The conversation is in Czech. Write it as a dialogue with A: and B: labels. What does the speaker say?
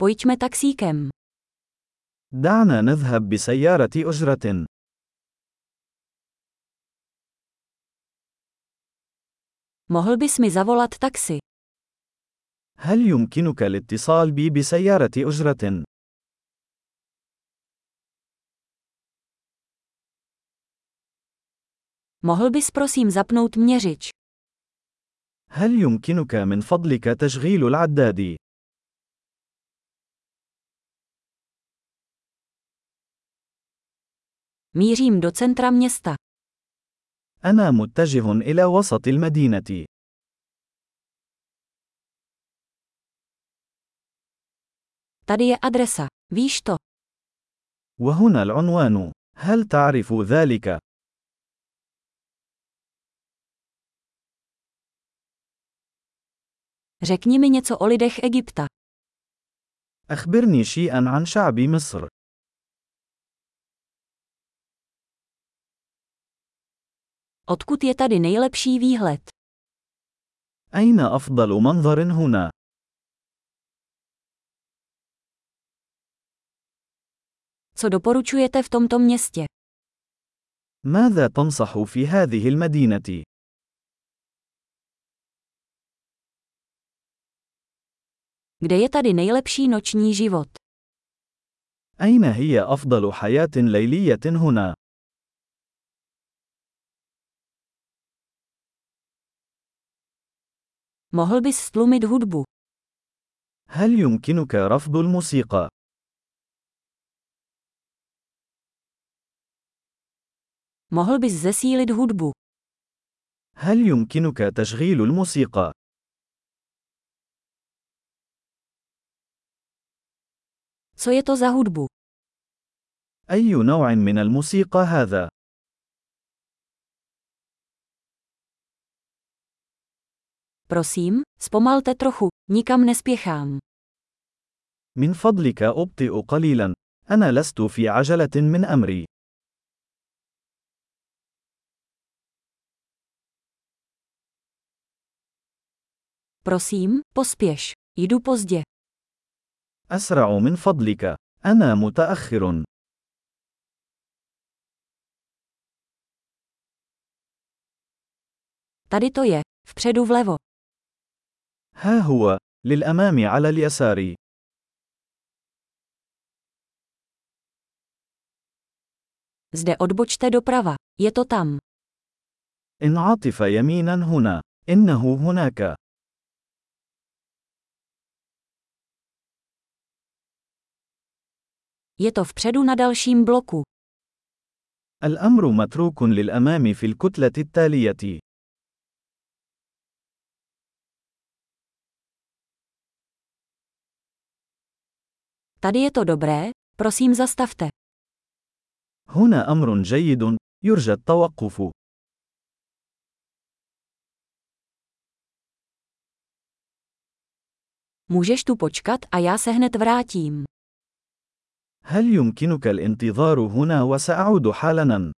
A: Pojďme taxíkem.
B: دعنا نذهب بسيارة أجرة.
A: Mohl bys mi zavolat taxi?
B: هل يمكنك الاتصال بي بسيارة أجرة؟
A: Mohl bys prosím zapnout měřič?
B: هل يمكنك من فضلك تشغيل العداد؟
A: Mířím do centra města.
B: أنا متجه إلى وسط المدينة.
A: Tady je adresa. Víš to?
B: وهنا العنوان. هل تعرف ذلك؟
A: Řekni mi něco o lidech Egypta.
B: أخبرني شيئًا عن شعب مصر.
A: Odkud je tady nejlepší výhled?
B: أين أفضل منظر هنا؟
A: Co doporučujete v tomto městě?
B: ماذا تنصح في هذه المدينة؟
A: Kde je tady nejlepší noční život?
B: أين هي أفضل حياة ليلية هنا؟
A: Mohl bys stlumit hudbu?
B: هل يمكنك رفض الموسيقى؟
A: Mohl bys zesílit hudbu?
B: هل يمكنك تشغيل الموسيقى؟
A: Co je to za hudbu?
B: أي نوع من الموسيقى هذا؟
A: Prosím, zpomalte trochu, nikam nespěchám.
B: من فضلك أبطئ قليلا. أنا لست في عجلة من أمري.
A: Prosím, pospěš. Jdu pozdě.
B: أسرع من فضلك. أنا متأخر.
A: Tady to je. Vpředu vlevo.
B: ها هو. للأمام على اليسار.
A: Zde odbočte doprava. Je to tam.
B: انعطف يمينا هنا. إنه هناك.
A: Je to vpředu na dalším bloku.
B: الأمر متروك للأمام في الكتلة التالية.
A: Tady je to dobré, prosím zastavte.
B: هنا أمر جيد. يرجى التوقف.
A: Můžeš tu počkat a já se hned vrátím.
B: هل يمكنك الانتظار هنا وسأعود حالاً؟